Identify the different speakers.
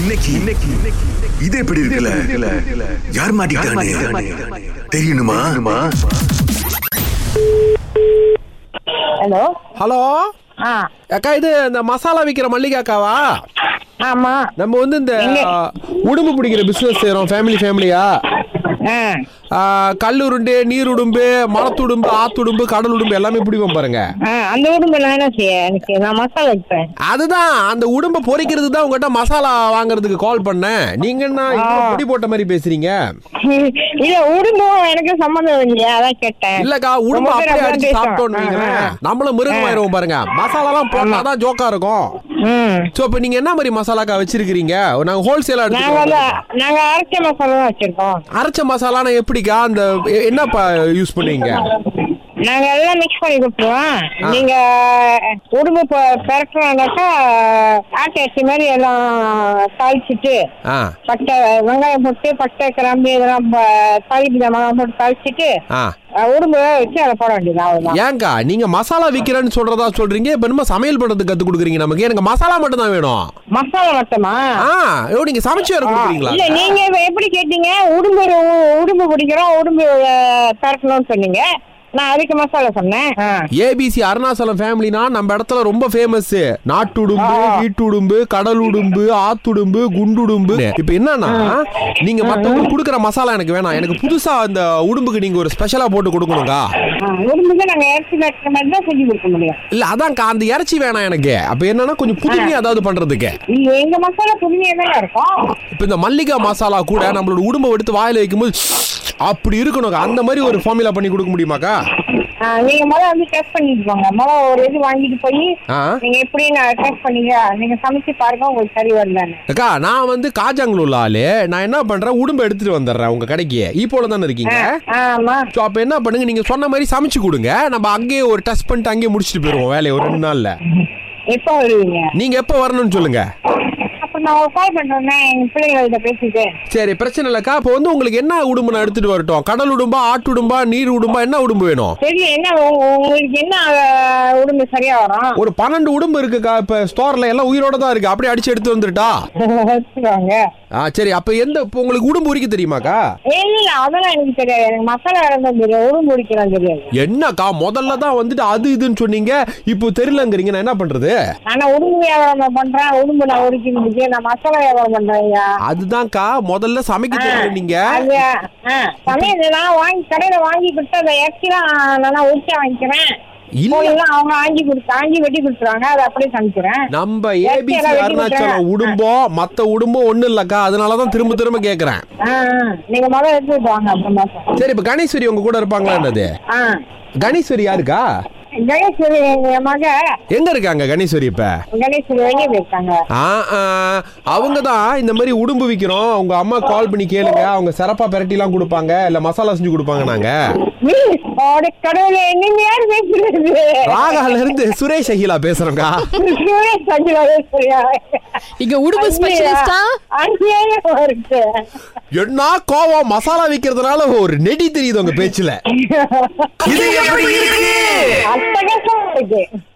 Speaker 1: இன்னைக்கு இன்னைக்கு இன்னைக்கு- இது எப்படி இருக்குல்ல யார் மாட்டிக்கிட்டானே தெரியணுமா
Speaker 2: ஹலோ
Speaker 3: ஹலோ
Speaker 2: ஆ
Speaker 3: அக்கா இது இந்த மசாலா விற்கிற மல்லிகை அக்காவா
Speaker 2: ஆமா
Speaker 3: நம்ம வந்து இந்த
Speaker 2: எங்க?
Speaker 3: ஆ, உடும்பு பிடிக்கிற பிசினஸ் செய்றோம் ஃபேமிலி ஃபேமிலியா
Speaker 2: ஆ
Speaker 3: கல் உருண்டு நீர் உடும்பு மரத்துடும்பு ஆத்துடும்பு கடல் உடும்பு எல்லாமே பிடிப்போம் பாருங்க
Speaker 2: ஆ அந்த உடம்பு நான் என்ன செய்ய எனக்கு நான் மசாலா வைப்பேன்
Speaker 3: அதுதான் அந்த உடும்பை பொரிக்கிறது தான் உங்ககிட்ட மசாலா வாங்குறதுக்கு கால் பண்ணேன் நீங்க என்ன இவ்வளவு பொடி போட்ட மாதிரி பேசுறீங்க
Speaker 2: இல்ல உடம்பும் எனக்கு சம்மந்தம் இல்லையா அதான் கேட்டேன்
Speaker 3: இல்லக்கா உடும்பு
Speaker 2: ரொம்ப பேர்
Speaker 3: அப்படியே
Speaker 2: அப்படிதான்
Speaker 3: அடிச்சு
Speaker 2: பேசுவாங்க.
Speaker 3: சாப்பிட்டோம்னு வைங்களேன்,
Speaker 2: ஆ, ஆ.
Speaker 3: நம்மளும் மிருகமாயிருவோம் பாருங்க மசாலாலாம் போட்டாதான் ஜோக்கா இருக்கும்
Speaker 2: ம்
Speaker 3: சோ இப்போ நீங்க என்ன மாதிரி மசாலாக்கா வச்சிருக்கீங்க நாங்க ஹோல்சேலா
Speaker 2: நாங்க
Speaker 3: எடுத்துக்கோங்க
Speaker 2: வந்து நாங்க அரைச்ச மசாலா தான் வச்சிருக்கோம்
Speaker 3: அரைச்ச மசாலானா எப்படிக்கா அந்த எ- என்ன யூஸ் பண்ணுவீங்க
Speaker 2: நாங்க எல்லாம் மிக்ஸ் பண்ணி கொடுத்துருவோம் நீங்க உடம்பு ப- பெரட்டுறோம்னாக்கா ஆட்டை அரிசி மாதிரி எல்லாம் தாளிச்சிட்டு
Speaker 3: ஆ
Speaker 2: பட்டை வெங்காயம் போட்டு பட்டை கிராம்பு இதெல்லாம் ப- தாளிப்பு மிளகாய் போட்டு தாளிச்சிட்டு
Speaker 3: ஆ
Speaker 2: அஹ், உடம்பு வச்சு அதை போட வேண்டியது அவ்வளோதான்
Speaker 3: ஏங்கா நீங்க மசாலா விக்கிறேன்னு சொல்றதா சொல்றீங்க இப்ப நம்ம சமையல் பண்றதுக்கு கத்து கொடுக்குறீங்க நமக்கு எனக்கு மசாலா மட்டும் தான் வேணும்
Speaker 2: மசாலா மட்டுமா
Speaker 3: ஆ ஐயோ நீங்க சமைச்சு வர கொடுக்குறீங்களா
Speaker 2: இல்ல நீங்க இப்ப எப்படி கேட்டீங்க உடும்பு உ- உடும்பு பிடிக்கிறோம் உடும்பு அஹ், பரட்டணும்னு சொன்னீங்க நான் அதுக்கு மசாலா சொன்னேன் ஆ.
Speaker 3: ஏபிசி அருணாச்சலம் ஃபேமிலினா நம்ம இடத்துல ரொம்ப ஃபேமஸ் நாட்டுடும்பு
Speaker 2: ஆ.
Speaker 3: வீட்டுடும்பு கடலுடும்பு ஆத்துடும்பு குண்டுடும்பு இப்ப என்னன்னா நீங்க மத்தவங்க குடுக்குற மசாலா எனக்கு வேணாம் எனக்கு புதுசா அந்த உடும்புக்கு நீங்க ஒரு ஸ்பெஷலா போட்டு கொடுக்கணுங்கா
Speaker 2: ஆ, உடும்புக்கு நாங்க இறச்சி கட்டுற மாதிரி தான் செஞ்சு கொடுக்க முடியும்
Speaker 3: இல்ல அதான்க்கா அந்த இறைச்சி வேணாம் எனக்கு அப்ப என்னன்னா கொஞ்சம் புதுமையா ஏதாவது பண்றதுக்கு
Speaker 2: இங்க எங்க மசாலா புதுமையா தானே இருக்கும்
Speaker 3: இப்போ இந்த மல்லிகா மசாலா கூட நம்மளோட உடம்ப எடுத்து வாயில வைக்கும்போது அப்படி இருக்கணுங்க அந்த மாதிரி ஒரு ஃபார்முலா பண்ணி கொடுக்க முடியுமாக்கா
Speaker 2: ஆ, நீங்க முதல்ல வந்து டெஸ்ட் பண்ணிட்டு போங்க முதல்ல ஒரு இது வாங்கிட்டு போய்
Speaker 3: ஆ
Speaker 2: நீங்க எப்படி நான் டெஸ்ட் பண்ணீங்க நீங்க சமைச்சு பாருங்க உங்களுக்கு சரி வரலன்னு
Speaker 3: அக்கா நான் வந்து காஜாங்குள்ள ஆளு நான் என்ன பண்றேன் உடம்ப எடுத்துட்டு வந்துடுறேன் உங்க கடைக்கு ஈப்போல தானே இருக்கீங்க
Speaker 2: ஆமா
Speaker 3: ஸோ அப்போ என்ன பண்ணுங்க நீங்க சொன்ன மாதிரி சமைச்சு கொடுங்க நம்ம அங்கேயே ஒரு டெஸ்ட் பண்ணிட்டு அங்கேயே முடிச்சுட்டு போயிடுவோம் வேலையை ஒரு ரெண்டு நாள்ல
Speaker 2: எப்ப வருவீங்க
Speaker 3: நீங்க எப்போ வரணும்னு சொல்லுங்க
Speaker 2: அப்ப நான் கால் பண்றேன்னா எங்க பிள்ளைங்கள்ட்ட பேசிட்டு
Speaker 3: சரி பிரச்சனை இல்லக்கா இப்போ வந்து உங்களுக்கு என்ன உடும்பு நான் எடுத்துட்டு வரட்டும் கடல் உடும்பா ஆட்டு உடும்பா நீர் உடும்பா என்ன உடும்பு வேணும்
Speaker 2: சரி என்ன உ- உங்களுக்கு என்ன அஹ், உடம்பு சரியா வரும்
Speaker 3: ஒரு பன்னெண்டு உடும்பு இருக்குக்கா இப்போ ஸ்டோர்ல எல்லாம் உயிரோட தான் இருக்கு அப்படியே அடிச்சு எடுத்து வந்துட்டா
Speaker 2: வச்சுருவாங்க
Speaker 3: ஆ சரி அப்ப எந்த இப்போ உங்களுக்கு உடம்பு உரிக்க தெரியுமாக்கா
Speaker 2: இல்ல இல்ல அதெல்லாம் எனக்கு தெரியாது எனக்கு மசாலா வேலை தெரியாது உடம்பு பிடிக்கலாம் தெரியாது
Speaker 3: என்னக்கா முதல்ல தான் வந்துட்டு அது இதுன்னு சொன்னீங்க இப்போ தெரியலங்கிறீங்க நான் என்ன பண்றது
Speaker 2: ஆனா உடும்பு வியாபாரம் நான் பண்றேன் உடும்பு நான் உரிக்க முடியும் நான் மசாலா வியாபாரம் பண்றேன் ஐயா
Speaker 3: அதுதான்க்கா முதல்ல சமைக்க தெரியல நீங்க
Speaker 2: அது ஆ, சமையல் நான் வாங்கி கடையில வாங்கி கொடுத்து அந்த இறச்சிலாம் நான் உரிச்சா வாங்கிக்கிறேன்
Speaker 3: இல்ல
Speaker 2: கோயிலாம் அவங்க ஆஞ்சி கொடுத்து ஆஞ்சி வெட்டி கொடுத்துருவாங்க அதை அப்படியே சமைக்கிறேன்
Speaker 3: நம்ம
Speaker 2: இறச்சி
Speaker 3: ஏபிசி
Speaker 2: எல்லாம் வெட்டி
Speaker 3: அருணாச்சலம்
Speaker 2: விட்டுறேன்.
Speaker 3: உடும்போ மத்த உடும்போ ஒண்ணு இல்லக்கா அதனாலதான் திரும்ப திரும்ப கேக்குறேன்
Speaker 2: ஆ, ஆ. நீங்க முதல்ல எடுத்துட்டு வாங்க அப்புறமா சார்
Speaker 3: சரி இப்ப கணேஸ்வரி உங்க கூட இருப்பாங்களா என்னது
Speaker 2: ஆ
Speaker 3: கணேஸ்வரி யாருக்கா
Speaker 2: கணேஸ்வரி எங்க மக
Speaker 3: எங்க இருக்காங்க கணேஸ்வரி இப்ப
Speaker 2: கணேஸ்வரி வெளியே போயிருக்காங்க
Speaker 3: ஆ ஆ, அவங்க தான் இந்த மாதிரி உடும்பு விக்கிறோம் உங்க அம்மா கால் பண்ணி கேளுங்க அவங்க சிறப்பா பெரட்டிலாம் கொடுப்பாங்க இல்ல மசாலா செஞ்சு கொடுப்பாங்க நாங்க
Speaker 2: நீ- அட கடவுளே, நீங்க யாரு பேசுறது?
Speaker 3: ராகால இருந்து சுரேஷ் அகிலா பேசுறோம்க்கா
Speaker 2: கிறிஸ்துவே சங்கிலா பேசுறியா?
Speaker 4: இங்க உடுப்பு
Speaker 2: அங்கேயா?
Speaker 4: ஸ்பெஷலிஸ்டா
Speaker 2: அங்கேயே இருக்கு.
Speaker 3: என்ன கோவம் மசாலா விக்கிறதுனால ஒரு நெடி தெரியுது உங்க பேச்சுல
Speaker 1: இது எப்படி இருக்கு
Speaker 2: அட்டகாசமா இருக்கு.